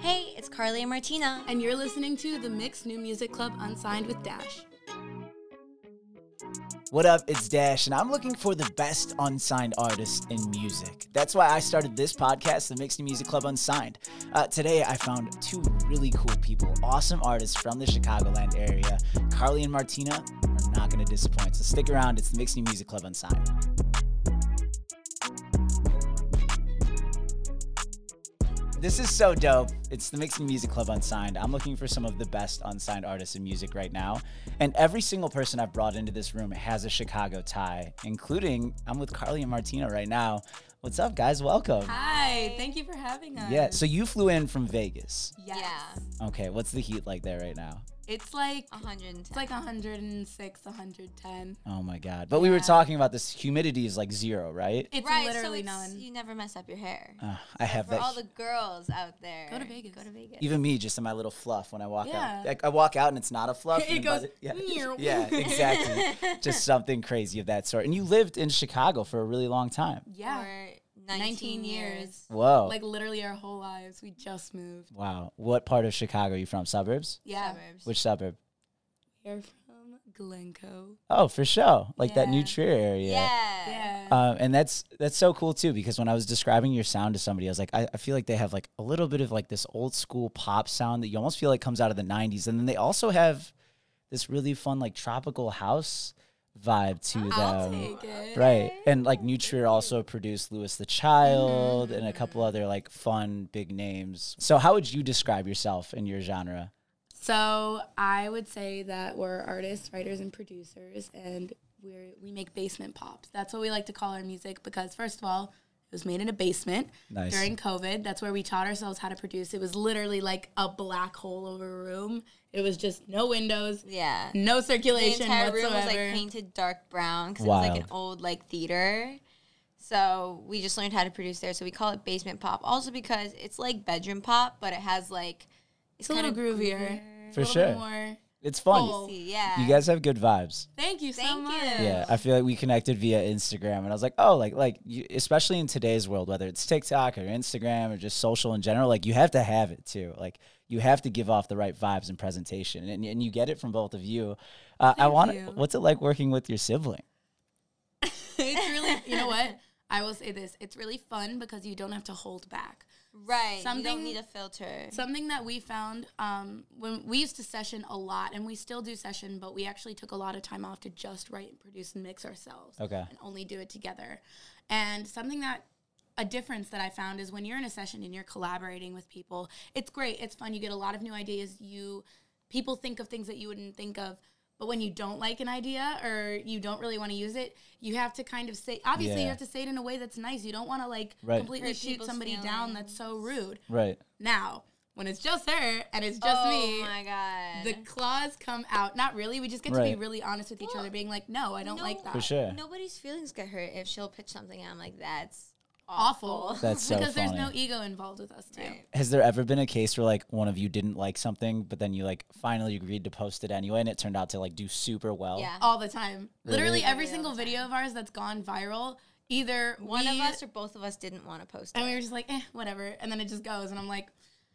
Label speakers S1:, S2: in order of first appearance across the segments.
S1: Hey, it's Carly and Martina.
S2: And you're listening to the Mixed New Music Club Unsigned with Dash.
S3: What up? It's Dash, and I'm looking for the best unsigned artists in music. That's why I started this podcast, the Mixed New Music Club Unsigned. Uh, today, I found two really cool people, awesome artists from the Chicagoland area. Carly and Martina are not going to disappoint. So stick around. It's the Mixed New Music Club Unsigned. This is so dope. It's the Mixing Music Club Unsigned. I'm looking for some of the best unsigned artists in music right now. And every single person I've brought into this room has a Chicago tie, including I'm with Carly and Martina right now. What's up, guys? Welcome.
S2: Hi, thank you for having us.
S3: Yeah, so you flew in from Vegas.
S2: Yes.
S1: Yeah.
S3: Okay, what's the heat like there right now?
S2: It's like
S1: 110.
S2: it's like 106, 110.
S3: Oh my God. But we were
S2: Yeah.
S3: talking about this humidity is like zero, right?
S2: It's
S1: right,
S2: literally
S1: so it's-
S2: none.
S1: you never mess up your hair.
S3: Uh, I have
S1: For
S3: that.
S1: all the girls out there,
S2: Go to Vegas.
S1: Go to Vegas.
S3: even me, just in my little fluff when I walk
S2: Yeah.
S3: out. Like I walk out and it's not a fluff.
S2: It
S3: and by
S2: goes,
S3: yeah,
S2: "Meow."
S3: yeah, exactly. just something crazy of that sort. And you lived in Chicago for a really long time.
S2: yeah.
S1: For 19,
S2: 19
S1: years.
S2: years.
S3: Whoa.
S2: Like literally our whole lives. We just moved.
S3: wow. What part of Chicago are you from? Suburbs?
S2: Yeah.
S1: Suburbs.
S3: Which suburb?
S2: We're from Glencoe.
S3: Oh, for sure. Like that
S2: Yeah.
S3: new Trier area.
S1: yeah.
S2: Yeah.
S3: Um, and that's that's so cool too because when I was describing your sound to somebody, I was like, I, I feel like they have like a little bit of like this old school pop sound that you almost feel like comes out of the '90s, and then they also have this really fun like tropical house vibe to
S2: I'll
S3: them.
S2: take it.
S3: Right. And like Nutrier also produced Lewis the Child and a
S2: Mm-hmm.
S3: couple other like fun big names. So how would you describe yourself in your genre?
S2: So I would say that we're artists, writers, and producers, and we're we make basement pops. That's what we like to call our music because first of all, it was made in a basement
S3: Nice.
S2: during COVID. That's where we taught ourselves how to produce. It was literally like a black hole of a room. It was just no windows,
S1: Yeah.
S2: no
S1: The
S2: circulation
S1: entire room was
S2: whatsoever.
S1: like painted dark brown because it was like an
S3: Wild.
S1: old like theater. So we just learned how to produce there. So we call it basement pop. Also because it's like bedroom pop, but it has like
S2: it's a little
S1: kinda
S2: groovier,
S3: For
S2: a little
S3: sure.
S2: bit more.
S3: It's fun.
S2: Cool.
S1: Yeah.
S3: You guys have good vibes.
S2: Thank you so
S1: Thank
S2: much.
S1: you.
S3: Yeah, I feel like we connected via Instagram, and I was like, oh, like like you, especially in today's world, whether it's TikTok or Instagram or just social in general, like you have to have it too. Like you have to give off the right vibes and presentation, and, and you get it from both of you. Uh, I
S2: Thank
S3: want.
S2: you.
S3: What's it like working with your sibling?
S2: it's really you know what? I will say this. It's really fun because you don't have to hold back.
S1: right. you don't
S2: Something-
S1: need a filter.
S2: Something that we found um, when we used to session a lot, and we still do session, but we actually took a lot of time off to just write and produce and mix ourselves
S3: Okay.
S2: and only do it together. And something that a difference that I found is when you're in a session and you're collaborating with people, it's great, it's fun, you get a lot of new ideas. You people think of things that you wouldn't think of. But when you don't like an idea or you don't really want to use it, you have to kind of say obviously
S3: Yeah.
S2: you have to say it in a way that's nice. You don't want to like
S3: Right.
S2: completely
S1: Hurt
S2: shoot
S1: people's
S2: somebody down that's so rude.
S3: Right.
S2: Now, when it's just her and it's just
S1: oh
S2: me,
S1: my god.
S2: the claws come out. Not really. We just get to
S3: Right.
S2: be really honest with each
S1: Well,
S2: other, being like, no, I don't like that.
S3: For sure.
S1: Nobody's feelings get hurt if she'll pitch something. I'm like, that's awful.
S2: Awful.
S3: That's so
S2: Because there's no
S3: funny.
S2: ego involved with us, too.
S1: Right.
S3: Has there ever been a case where like one of you didn't like something, but then you like finally agreed to post it anyway, and it turned out to like do super well?
S1: Yeah.
S2: All the time.
S1: Literally
S2: Literally every
S1: all
S2: single
S1: the time.
S2: video of ours that's gone viral, either
S1: One of
S2: we-
S1: us or both of us didn't want to post it.
S2: And we were just like, eh, whatever. And then it just goes. And I'm like,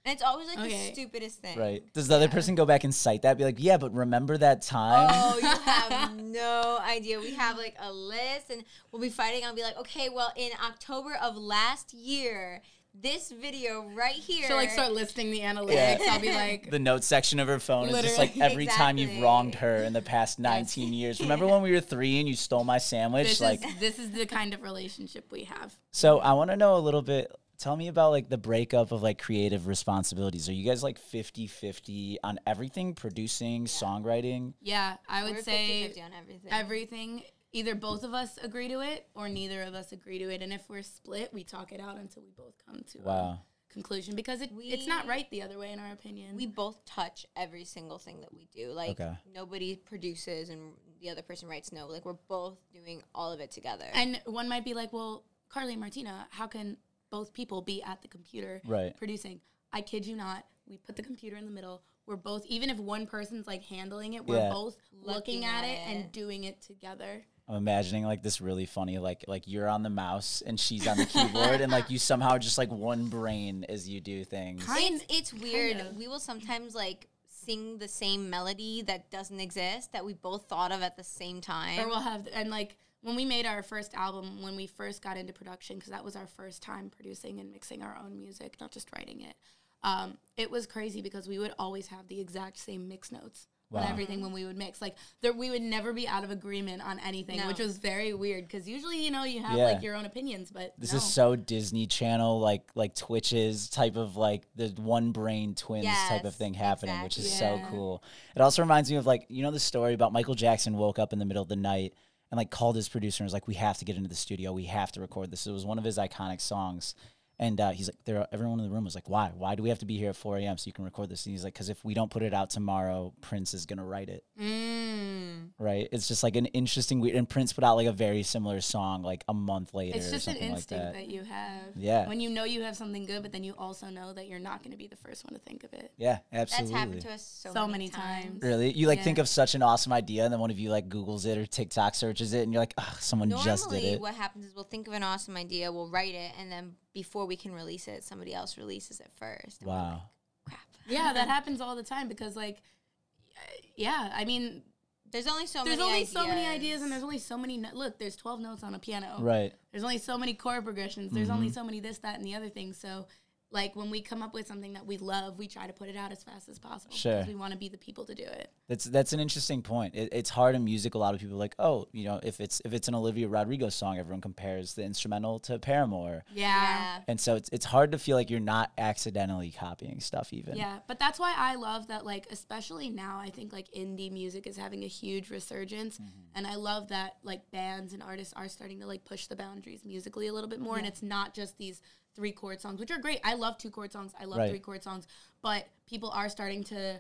S1: and it's always like
S2: Okay.
S1: the stupidest thing.
S3: Right. Does the other person go back and cite that? Be like, yeah, but remember that time?
S1: Oh, you have no idea. We have like a list, and we'll be fighting. I'll be like, okay, well, in October of last year, this video right here.
S2: she'll like start listing the analytics. I'll be like,
S3: The notes section of her phone is just like
S2: Literally.
S3: every time you've
S1: Exactly.
S3: wronged her in the past 19 years. Remember when we were three and you stole my sandwich?
S2: this,
S3: like,
S2: is, this is the kind of relationship we have.
S3: so I want to know a little bit. Tell me about like the breakup of like creative responsibilities. Are you guys like 50 50 on everything, producing, songwriting?
S2: Yeah, I would
S1: We're
S2: say
S1: 50 on everything.
S2: everything either both of us agree to it or neither of us agree to it and if we're split we talk it out until we both come to
S3: Wow.
S2: a conclusion because it,
S1: We-
S2: it's not right the other way in our opinion
S1: we both touch every single thing that we do. Like
S3: Okay.
S1: nobody produces and the other person writes no. Like we're both doing all of it together.
S2: and one might be like well carly and martina how can both people be at the computer
S3: Right.
S2: producing i kid you not we put the computer in the middle. We're both, even if one person's like handling it, we're
S3: Yeah.
S2: both looking,
S1: Looking at
S2: at, it,
S1: it.
S2: and doing it together.
S3: I'm imagining like this really funny, like like you're on the mouse and she's on the keyboard, and like you somehow just like one brain as you do things.
S2: Kind-
S1: it's, it's weird.
S2: of.
S1: We will sometimes like sing the same melody that doesn't exist that we both thought of at the same time.
S2: Or we'll have, and like when we made our first album, when we first got into production, because that was our first time producing and mixing our own music, not just writing it. Um, it was crazy because we would always have the exact same mix notes
S3: Wow.
S2: on everything when we would mix. Like there, we would never be out of agreement on anything,
S1: No.
S2: which was very weird because usually you know you have
S3: Yeah.
S2: like your own opinions, but
S3: This
S2: no.
S3: is so Disney Channel, like like Twitches type of like the one brain twins type of
S1: Yes,
S3: thing happening, which is
S2: exactly.
S3: so
S2: Yeah.
S3: cool. It also reminds me of like you know the story about Michael Jackson woke up in the middle of the night and like called his producer and was like, "We have to get into the studio. We have to record this." It was one of his iconic songs, and uh, he's like, "There." Everyone in the room was like, "Why? Why do we have to be here at 4 a.m. so you can record this?" And he's like, "Because if we don't put it out tomorrow, Prince is gonna write it."
S1: Mm.
S3: Right? It's just like an interesting. We- and Prince put out like a very similar song like a month later.
S2: It's
S3: or
S2: just an
S3: something
S2: instinct
S3: like
S2: that. you have.
S3: Yeah.
S2: When you know you have something good, but then you also know that you're not going to be the first one to think of it.
S3: Yeah,
S1: That's
S3: absolutely.
S1: happened to us so,
S2: So
S1: many,
S2: many
S1: times.
S2: times.
S3: Really? You like
S2: Yeah.
S3: think of such an awesome idea and then one of you like Googles it or TikTok searches it and you're like, ugh, someone just did
S1: Normally,
S3: it.
S1: what happens is we'll think of an awesome idea, we'll write it, and then before we can release it, somebody else releases it first. and we're
S3: Wow.
S1: like, Crap.
S2: Yeah, that happens all the time because, like, uh, yeah, I mean,
S1: There's only so
S2: there's
S1: many
S2: only
S1: ideas.
S2: so many ideas and there's only so many. No- Look, there's 12 notes on a piano.
S3: Right. Mm-hmm.
S2: There's only so many chord progressions. There's only so many this, that, and the other thing. So, like, when we come up with something that we love, we try to put it out as fast as possible
S3: Sure.
S2: because we want to be the people to do it.
S3: That's that's an interesting point. It, it's hard in music. A lot of people are like, oh, you know, if it's if it's an Olivia Rodrigo song, everyone compares the instrumental to Paramore,
S1: Yeah.
S3: and so it's it's hard to feel like you're not accidentally copying stuff. Even
S2: Yeah, but that's why I love that, like, especially now, I think, like, indie music is having a huge resurgence.
S3: Mm-hmm.
S2: And I love that, like, bands and artists are starting to, like, push the boundaries musically a little bit more. And it's not just these three chord songs, which are great. I love two chord songs, I love
S3: Right.
S2: three chord songs, but people are starting to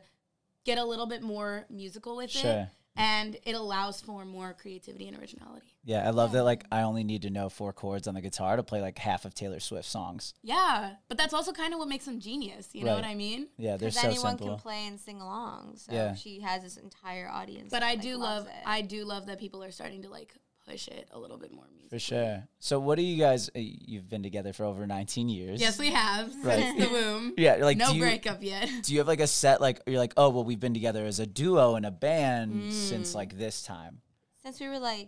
S2: get a little bit more musical with
S3: Sure.
S2: it. And it allows for more creativity and originality.
S3: yeah. I love that. Like, I only need to know four chords on the guitar to play like half of Taylor Swift songs.
S2: Yeah, but that's also kind of what makes them genius. You know
S3: Right.
S2: what I mean?
S3: Yeah, they're
S1: Because
S3: so
S1: anyone
S3: simple.
S1: can play and sing along, so
S3: Yeah.
S1: she has this entire audience.
S2: But
S1: that,
S2: I
S1: like,
S2: do
S1: loves
S2: love,
S1: it.
S2: I do love that people are starting to like push it a little bit more. Musically.
S3: for sure. So, what do you guys? uh, You've been together for over 19 years.
S2: Yes, we have
S3: Right.
S2: since the womb.
S3: Yeah. Like,
S2: no
S3: do you,
S2: breakup yet.
S3: do you have like a set like you're like oh well we've been together as a duo and a band
S2: Mm.
S3: since like this time
S1: since we were like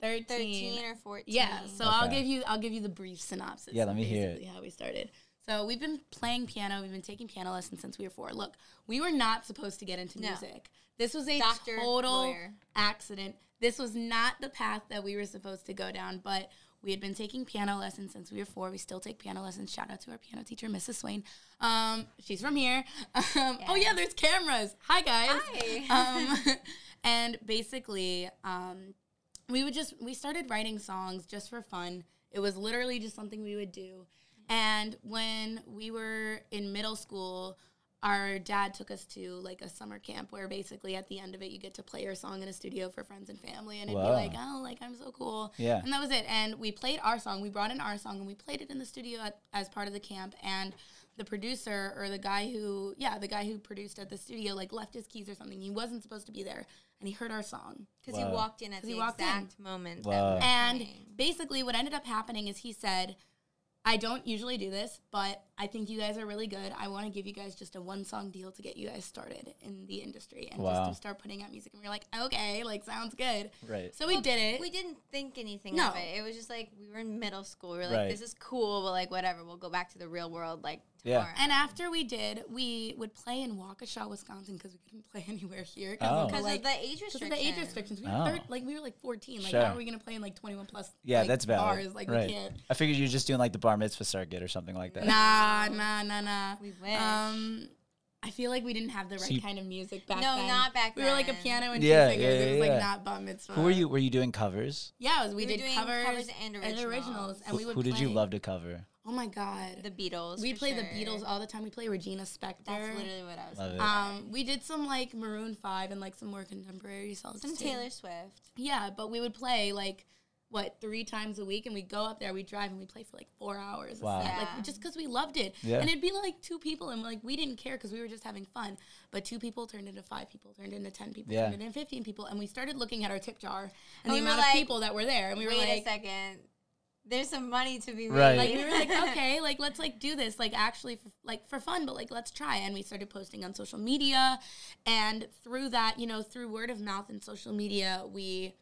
S2: Thirteen.
S1: 13 or 14.
S2: Yeah, so I'll
S3: Okay.
S2: give you I'll give you the brief synopsis.
S3: Yeah, let
S2: of
S3: me hear it.
S2: basically How we started. So we've been playing piano. We've been taking piano lessons since we were four. Look, we were not supposed to get into
S1: No.
S2: music. This was a
S1: Doctor,
S2: total
S1: lawyer.
S2: accident. This was not the path that we were supposed to go down, but we had been taking piano lessons since we were four. We still take piano lessons. Shout out to our piano teacher, Mrs. Swain. Um, she's from here. Um, Oh yeah, there's cameras. Hi guys.
S1: Hi.
S2: Um, and basically, um, we would just we started writing songs just for fun. It was literally just something we would do. And when we were in middle school, our dad took us to like a summer camp where basically at the end of it you get to play your song in a studio for friends and family and it'd
S3: Wow.
S2: be like, Oh, like I'm so cool.
S3: Yeah.
S2: And that was it. And we played our song. We brought in our song and we played it in the studio at, as part of the camp and the producer or the guy who yeah, the guy who produced at the studio like left his keys or something. He wasn't supposed to be there and he heard our song.
S1: Because he
S3: Wow.
S1: walked in at
S2: 'Cause he
S1: the
S2: walked in.
S1: exact moment. that we
S3: Wow.
S1: were
S2: And
S1: playing.
S2: basically, what ended up happening is he said, I don't usually do this, but I think you guys are really good. I want to give you guys just a one song deal to get you guys started in the industry and
S3: Wow.
S2: just to start putting out music. And we were like, okay, like, sounds good.
S3: right
S2: So we did it.
S1: we didn't think anything
S2: No.
S1: of it. It was just like we were in middle school. We were like,
S3: Right.
S1: this is cool, but like whatever. We'll go back to the real world like
S3: Yeah.
S1: tomorrow.
S2: and after we did, we would play in Waukesha, Wisconsin, because we couldn't play anywhere here.
S3: Oh.
S2: Cause
S1: because
S2: uh, like,
S1: of the age
S2: Because
S1: restriction.
S2: of the age restrictions, we were
S3: Oh.
S2: thir- like we were like fourteen. Like,
S3: Sure.
S2: how are we gonna play in like twenty-one plus?
S3: yeah
S2: like,
S3: that's valid
S2: Bars like
S3: right
S2: we can't.
S3: i figured you're just doing like the bar mitzvah circuit or something like that
S2: Nah, nah, nah, nah.
S1: We wish.
S2: Um, I feel like we didn't have the right
S3: you-
S2: kind of music back
S1: No,
S2: then.
S1: not back
S2: We were like a
S1: then.
S2: piano and
S3: Yeah,
S2: two fingers.
S3: yeah,
S2: it was
S3: yeah,
S2: like
S3: yeah.
S2: not bar mitzvah.
S3: who were you were you doing covers
S2: Yeah, it was, we,
S1: We were
S2: did
S1: doing
S2: covers,
S1: covers and
S2: and
S1: originals.
S2: and we
S3: Who-
S2: would
S3: who did you
S2: play-
S3: love to cover
S2: Oh my god,
S1: The Beatles.
S2: we
S1: for
S2: play the
S1: sure.
S2: Beatles all the time. We play Regina Spektor.
S1: That's literally what I was.
S3: love it
S2: Um, we did some like Maroon Five and like some more contemporary songs.
S1: Some
S2: too.
S1: Taylor Swift.
S2: Yeah, but we would play like what three times a week, and we go up there, we drive, and we play for like four hours. a
S3: Wow.
S2: set,
S1: Yeah.
S2: Like just because we loved it,
S3: Yeah.
S2: and it'd be like two people, and like we didn't care because we were just having fun. But two people turned into five people, turned into ten people,
S3: Yeah.
S2: turned into fifteen people, and we started looking at our tip jar
S1: And
S2: and,
S1: we
S2: the
S1: were
S2: amount
S1: like,
S2: of people that were there, and we were
S1: Wait
S2: like,
S1: a second. There's some money to be made.
S3: Right.
S2: like we were like okay like let's like do this like actually for, like for fun but like let's try and we started posting on social media and through that you know through word of mouth and social media we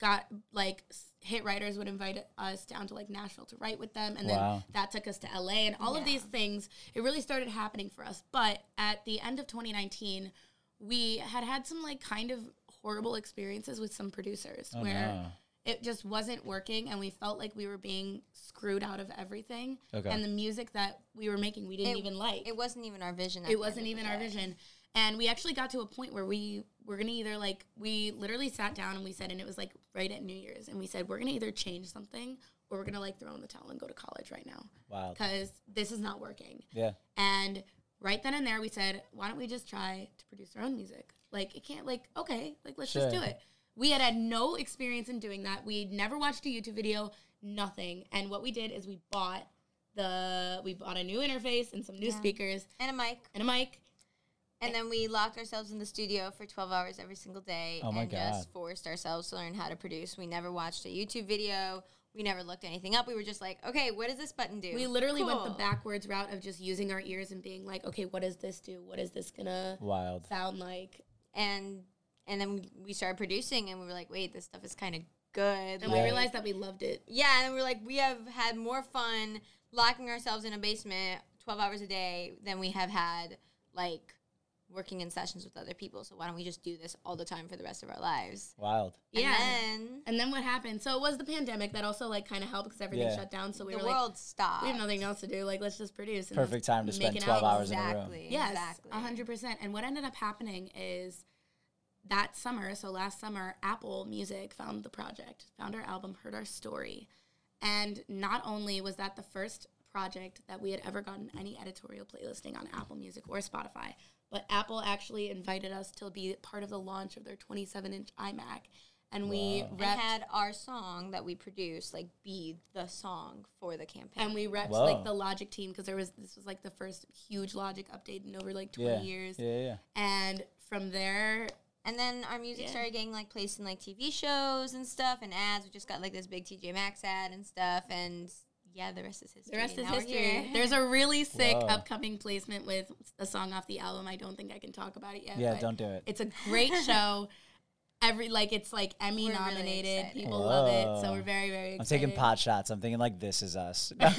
S2: got like s- hit writers would invite us down to like nashville to write with them and
S3: Wow.
S2: then that took us to la and all of
S1: Yeah.
S2: these things it really started happening for us but at the end of 2019 we had had some like kind of horrible experiences with some producers
S3: Oh,
S2: where
S3: no.
S2: it just wasn't working and we felt like we were being screwed out of everything
S3: Okay.
S2: and the music that we were making we didn't
S1: It-
S2: even like
S1: It wasn't even our vision. at
S2: it
S1: the end
S2: wasn't
S1: of
S2: even
S1: the
S2: our
S1: day.
S2: vision and we actually got to a point where we were gonna either like we literally sat down and we said and it was like right at new year's and we said we're gonna either change something or we're gonna like throw in the towel and go to college right now
S3: Wow.
S2: because this is not working
S3: Yeah.
S2: and right then and there, we said, why don't we just try to produce our own music? Like, it can't, like, okay, like, let's just
S3: Sure.
S2: do it. We had had no experience in doing that. We'd never watched a YouTube video, nothing. And what we did is we bought the, we bought a new interface and some new
S1: Yeah.
S2: speakers
S1: And a mic.
S2: and a mic.
S1: And then we locked ourselves in the studio for 12 hours every single day
S3: Oh my
S1: and just
S3: God.
S1: forced ourselves to learn how to produce. We never watched a YouTube video. We never looked anything up. We were just like, okay, what does this button do?
S2: We literally went the
S1: Cool.
S2: backwards route of just using our ears and being like, okay, what does this do? What is this gonna
S3: Wild.
S2: sound like?
S1: and and then we- we started producing and we were like, wait, this stuff is kind of good.
S2: And
S3: Yeah.
S2: we realized that we loved it.
S1: yeah, and we were like, we have had more fun locking ourselves in a basement 12 hours a day than we have had like working in sessions with other people. So why don't we just do this all the time for the rest of our lives?
S3: Wild.
S2: Yeah.
S1: And then
S2: And then what happened? So it was the pandemic that also like kind of helped because everything
S3: Yeah.
S2: shut down. So we
S1: the
S2: were like,
S1: world stopped.
S2: we have nothing else to do. Like, let's just produce. And let's
S3: Perfect time to
S2: make
S3: spend
S2: an
S3: 12
S2: album.
S3: hours in a room.
S1: Exactly.
S2: Yes,
S1: exactly.
S2: a hundred percent. And what ended up happening is that summer, so last summer, Apple Music found the project, found our album, heard our story, and not only was that the first project that we had ever gotten any editorial playlisting on Apple Music or Spotify, but Apple actually invited us to be part of the launch of their 27-inch iMac, and we
S3: Wow.
S2: repped.
S1: And had our song that we produced like be the song for the campaign.
S2: and we repped
S3: Wow.
S2: like the Logic team because there was this was like the first huge Logic update in over like 20
S3: Yeah.
S2: years,
S3: Yeah. Yeah.
S2: and from there
S1: And then our music
S2: Yeah.
S1: started getting like placed in like TV shows and stuff and ads. We just got like this big TJ Maxx ad and stuff. And yeah, the rest is history.
S2: The rest is
S1: Now we're
S2: history.
S1: here.
S2: There's a really sick
S3: Whoa.
S2: upcoming placement with a song off the album. I don't think I can talk about it yet.
S3: Yeah.
S2: but
S3: Don't do it.
S2: It's a great show. Every like it's like Emmy
S1: We're really
S2: nominated.
S1: excited.
S2: People love it.
S3: Whoa.
S2: So we're very very.
S3: I'm
S2: Excited.
S3: taking pot shots. I'm thinking like this is us.
S2: it's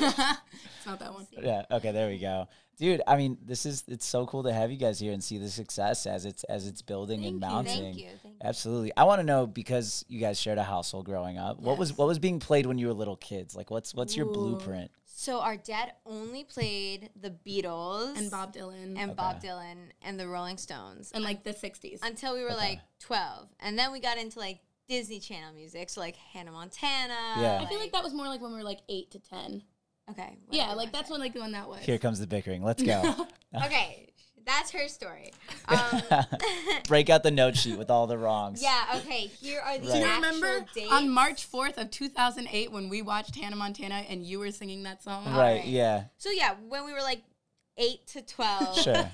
S2: not that one.
S3: yeah. Okay. There we go, dude. I mean, this is it's so cool to have you guys here and see the success as it's as it's building and mounting.
S1: Thank you. Thank you.
S3: Absolutely. I want to know because you guys shared a household growing up. What was
S2: Yes.
S3: what was being played when you were little kids? Like what's what's your
S2: Ooh.
S3: blueprint?
S1: So our dad only played the Beatles
S2: And Bob Dylan
S1: and
S2: and,
S1: Bob
S3: Okay.
S1: Dylan and the Rolling Stones
S2: like the '60s.
S1: until we were
S3: Okay.
S1: like 12. And then we got into like Disney Channel music. So like Hannah Montana.
S3: Yeah.
S2: I feel like that was more like when we were like eight to ten.
S1: Okay.
S2: Yeah,
S1: whatever,
S2: like that's
S1: whatever.
S2: when like when that was.
S3: Here comes the bickering. Let's go.
S1: Okay. That's her story. Um,
S3: Break out the note sheet with all the wrongs.
S1: yeah. Okay. Here are the
S3: Do
S2: Do you
S1: actual
S2: remember
S1: dates.
S2: on March 4th of 2008 when we watched Hannah Montana and you were singing that song?
S3: Right,
S1: Alright.
S3: yeah.
S1: So yeah, when we were like eight to twelve,
S3: Sure.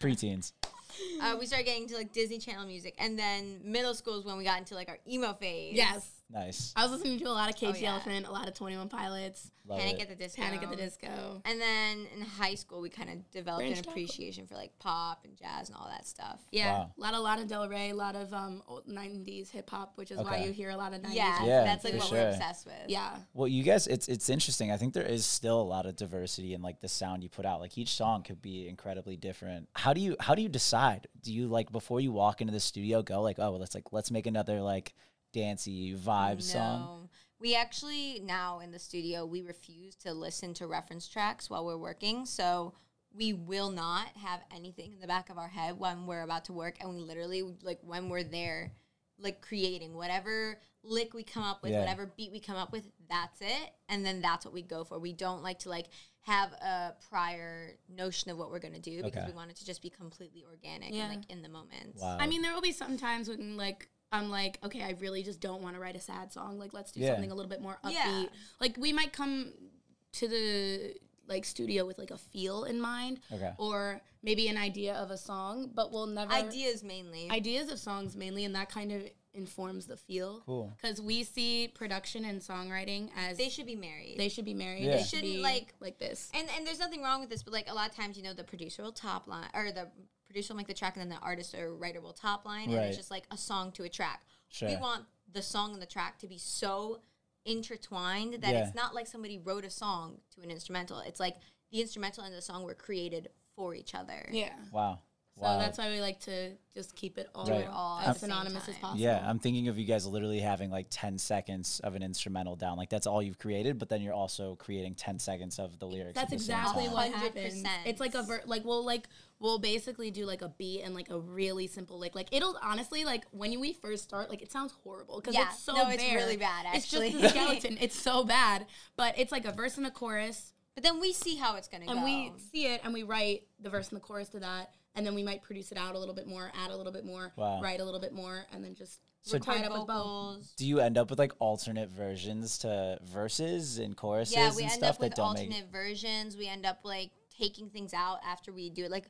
S3: Preteens.
S1: uh, we started getting into like Disney Channel music, and then middle school is when we got into like our emo phase.
S2: Yes.
S3: Nice.
S2: I was listening to a lot of Cage
S1: Oh,
S2: the
S1: yeah.
S2: Elephant, a lot of Twenty One Pilots,
S3: Love
S1: Panic
S3: it.
S1: at the Disco.
S2: Panic at the Disco.
S1: And then in high school, we kind of developed
S2: Branched
S1: an
S2: out.
S1: appreciation for like pop and jazz and all that stuff.
S2: Yeah,
S3: Wow.
S2: a lot of Lana Del Rey, a lot of um old '90s hip hop, which is why
S3: Okay.
S2: you hear a lot of '90s.
S1: Yeah,
S3: Yeah,
S1: that's like
S3: for
S1: what
S3: sure.
S1: we're obsessed with.
S2: yeah.
S3: Well, you guys, it's it's interesting. I think there is still a lot of diversity in like the sound you put out. Like each song could be incredibly different. How do you how do you decide? Do you like before you walk into the studio go like, oh, well, let's like let's make another like dancey vibe song?
S1: No. We actually now in the studio we refuse to listen to reference tracks while we're working. So we will not have anything in the back of our head when we're about to work and we literally like when we're there like creating whatever lick we come up with,
S3: Yeah.
S1: whatever beat we come up with, that's it. And then that's what we go for. We don't like to like have a prior notion of what we're going to do because
S3: Okay.
S1: we want it to just be completely organic
S2: Yeah.
S1: and like in the moment.
S3: Wow.
S2: I mean, there will be some times when like I'm like, okay, I really just don't want to write a sad song. Like, let's do
S3: Yeah.
S2: something a little bit more upbeat.
S1: Yeah.
S2: Like, we might come to the like studio with like a feel in mind,
S3: Okay.
S2: or maybe an idea of a song, but we'll never
S1: Ideas mainly.
S2: ideas of songs mainly, and that kind of informs the feel.
S3: Cool.
S2: Because we see production and songwriting as
S1: they should be married.
S2: they should be married.
S3: Yeah.
S2: They
S1: Shouldn't,
S2: should be
S1: like-
S2: like like this.
S1: and and there's nothing wrong with this, but like a lot of times, you know, the producer will top line or the producer will make the track, and then the artist or writer will top line, and
S3: Right.
S1: it's just like a song to a track. We
S3: Sure.
S1: want the song and the track to be so intertwined that
S3: Yeah.
S1: it's not like somebody wrote a song to an instrumental. It's like the instrumental and the song were created for each other.
S2: Yeah.
S3: Wow.
S2: So
S3: wow.
S2: that's why we like to just keep it all,
S3: Right.
S1: all at
S2: as
S1: the same
S2: synonymous as
S1: time.
S2: possible.
S3: yeah, I'm thinking of you guys literally having like 10 seconds of an instrumental down. Like that's all you've created, but then you're also creating 10 seconds of the lyrics.
S2: That's
S3: at the same
S2: exactly
S3: time.
S2: what
S1: 100%.
S2: happens. It's like a ver- like we'll like we'll basically do like a beat and like a really simple like like it'll honestly like when we first start like it sounds horrible because
S1: Yeah.
S2: it's so
S1: No, it's
S2: bare.
S1: really bad,
S2: It's
S1: actually.
S2: just a skeleton. it's so bad, but it's like a verse and a chorus,
S1: But then we see how it's gonna
S2: and
S1: go.
S2: we see it and we write the verse and the chorus to that, and then we might produce it out a little bit more, add a little bit more,
S3: Wow.
S2: write a little bit more, and then just
S3: So-
S2: tie it
S1: Record
S2: up with both.
S1: vocals.
S3: Do you end up with like alternate versions to verses and choruses
S1: Yeah, we
S3: and
S1: end
S3: stuff
S1: up with
S3: that don't
S1: alternate
S3: make
S1: versions. We end up like taking things out after we do it. Like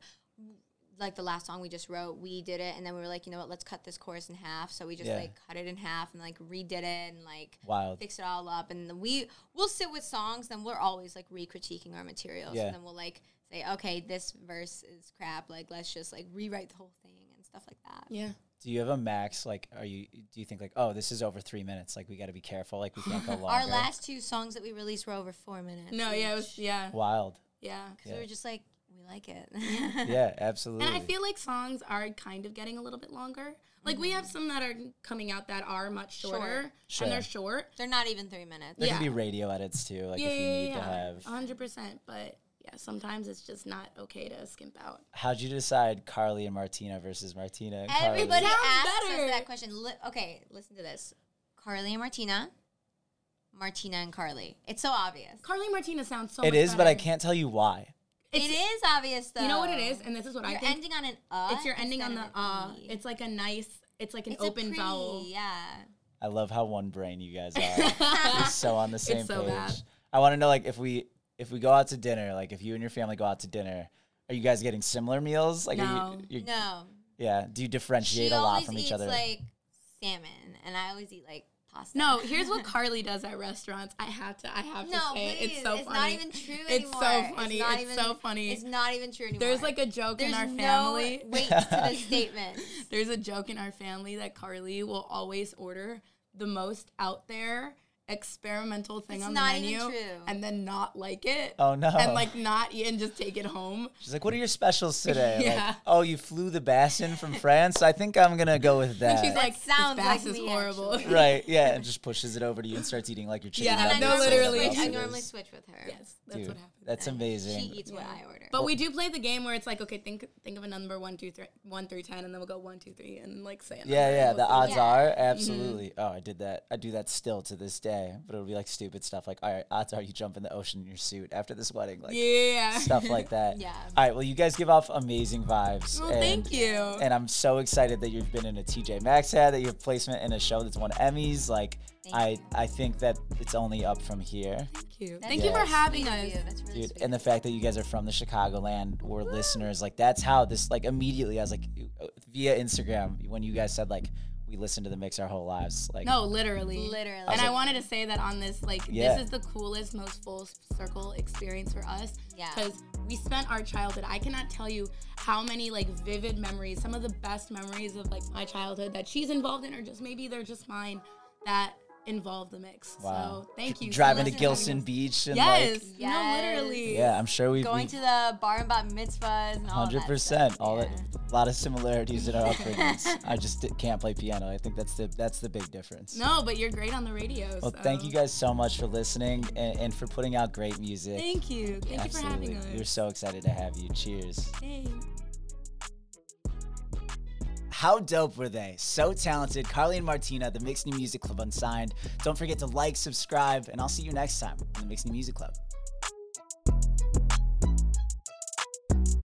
S1: like the last song we just wrote, we did it and then we were like, you know what, let's cut this chorus in half. So we just
S3: Yeah.
S1: like cut it in half and like redid it and like
S3: wild?
S1: fix it all up and then we we'll sit with songs then we're always like re-critiquing our materials
S3: Yeah.
S1: and then we'll like say okay this verse is crap like let's just like rewrite the whole thing and stuff like that
S2: Yeah.
S3: Do you have a max? Like, are you? Do you think like, oh, this is over three minutes? Like, we got to be careful. Like, we can't go longer.
S1: our last two songs that we released were over four minutes
S2: No. Yeah. It was, yeah.
S3: wild.
S2: Yeah.
S1: because we were just like we like it
S3: Yeah, absolutely.
S2: And I feel like songs are kind of getting a little bit longer. Like we have some that are coming out that are much
S1: Short.
S2: shorter
S3: Sure.
S2: and they're short.
S1: they're not even three minutes
S3: there
S2: Yeah.
S3: can be radio edits too. Like,
S2: yeah,
S3: if you
S2: yeah,
S3: need
S2: yeah,
S3: to have.
S2: yeah. hundred percent. But yeah, sometimes it's just not okay to skimp out.
S3: How'd you decide Carly and Martina versus Martina and Carly?
S1: Everybody
S2: Sounds
S1: asks
S2: better.
S1: us that question. Li- okay, listen to this. Carly and Martina, Martina and Carly. It's so obvious.
S2: Carly Martina sounds so.
S3: It
S2: much
S3: is, but I
S2: better.
S3: can't tell you why.
S1: It's,
S2: It's-
S1: obvious though.
S2: You know what it is, and this is what
S1: You're
S2: I think.
S1: ending on an uh.
S2: it's your ending on the
S1: instead of
S2: uh.
S1: an e.
S2: It's like a nice. It's like an
S1: It's a
S2: open
S1: pretty,
S2: vowel.
S1: Yeah.
S3: I love how one brain you guys are. You're so on the same
S2: so
S3: page.
S2: bad.
S3: I want to know like if we if we go out to dinner, like if you and your family go out to dinner, are you guys getting similar meals? Like are
S2: No.
S3: you you're,
S1: No.
S3: yeah, do you
S1: She
S3: differentiate a lot
S1: always
S3: from
S1: eats
S3: each other?
S1: like salmon, and I always eat like pasta.
S2: No, here's what Carly does at restaurants. I have to. I have to
S1: No,
S2: say it.
S1: please.
S2: it's so funny.
S1: not even true anymore.
S2: It's so funny.
S1: not
S2: It's so funny.
S1: It's not even true anymore.
S2: There's like a joke
S1: There's
S2: in our
S1: no
S2: family.
S1: weight to the statement.
S2: There's a joke in our family that Carly will always order the most out there experimental thing
S1: It's
S2: on
S1: not
S2: the
S1: even
S2: menu
S1: true.
S2: and then not like it.
S3: Oh, no.
S2: And like not eat and just take it home.
S3: She's like, "What are your specials today?" Like,
S2: Yeah.
S3: "Oh, you flew the Bassin from France. I think I'm going to go with that."
S2: And she's like,
S1: sounds
S2: this bass
S1: like
S2: is
S1: me,
S2: horrible.
S1: actually.
S3: right. Yeah, and just pushes it over to you and starts eating like your chicken.
S2: Yeah,
S3: nuggets
S2: no,
S3: or whatever
S2: literally.
S3: else
S1: Switch, I
S3: it
S1: normally
S3: is.
S1: switch with her.
S2: yes, that's
S3: Dude,
S2: what happened.
S3: That's amazing.
S1: She eats what I order.
S2: but we do play the game where it's like, okay, think think of a number one, two, three, one through ten, and then we'll go one, two, three, and like say. a number,
S3: Yeah,
S2: and
S3: yeah.
S2: we'll see
S3: The
S2: what
S3: odds
S2: it
S1: Yeah.
S3: are absolutely. Oh, I did that. I do that still to this day. But it'll be like stupid stuff like, all right, odds are you jump in the ocean in your suit after this wedding, like
S2: is. Yeah.
S3: stuff like that.
S1: Yeah.
S3: All right. Well, you guys give off amazing vibes.
S2: Well,
S3: and-
S2: thank you.
S3: And I'm so excited that you've been in a TJ Maxx hat, that you have placement in a show that's won Emmys. Like,
S1: Thank
S3: I
S1: you.
S3: I think that it's only up from here,
S2: Thank you.
S1: That's
S2: Thank you for
S1: really
S2: having
S1: sweet of
S2: us.
S1: you. That's really
S3: dude.
S1: sweet.
S3: And the fact that you guys are from the Chicagoland, we're listeners. Like, that's how this. Like, immediately, I was like, uh, via Instagram, when you guys said like, we listened to the mix our whole lives. Like,
S2: No, literally.
S1: Literally.
S2: And I wanted to say that on this, like,
S3: Yeah.
S2: this is the coolest, most full circle experience for us.
S1: Yeah.
S2: Because we spent our childhood. I cannot tell you how many, like, vivid memories, some of the best memories of, like, my childhood that she's involved in, or just maybe they're just mine, that involve the mix.
S3: Wow.
S2: So thank you. so
S3: driving
S2: much
S3: to
S2: for having
S3: Gilson
S2: us.
S3: Beach and
S2: Yes.
S3: like
S1: Yes.
S2: No, literally.
S3: yeah, I'm sure we've
S1: going to the bar and bat mitzvahs and all
S3: hundred
S1: that
S3: percent
S1: stuff,
S3: all that
S1: yeah.
S3: a lot of similarities in our upbringings. I just di- can't play piano. I think that's the that's the big difference.
S2: No, but you're great on the radio.
S3: Well,
S2: so.
S3: thank you guys so much for listening and, and for putting out great music.
S2: Thank you. Thank
S3: Absolutely,
S2: you for having
S3: we're
S2: us.
S3: so excited to have you. Cheers.
S2: Thanks.
S3: How dope were they? So talented. Carly and Martina, the Mixed New Music Club Unsigned. Don't forget to like, subscribe, and I'll see you next time on the Mixed New Music Club.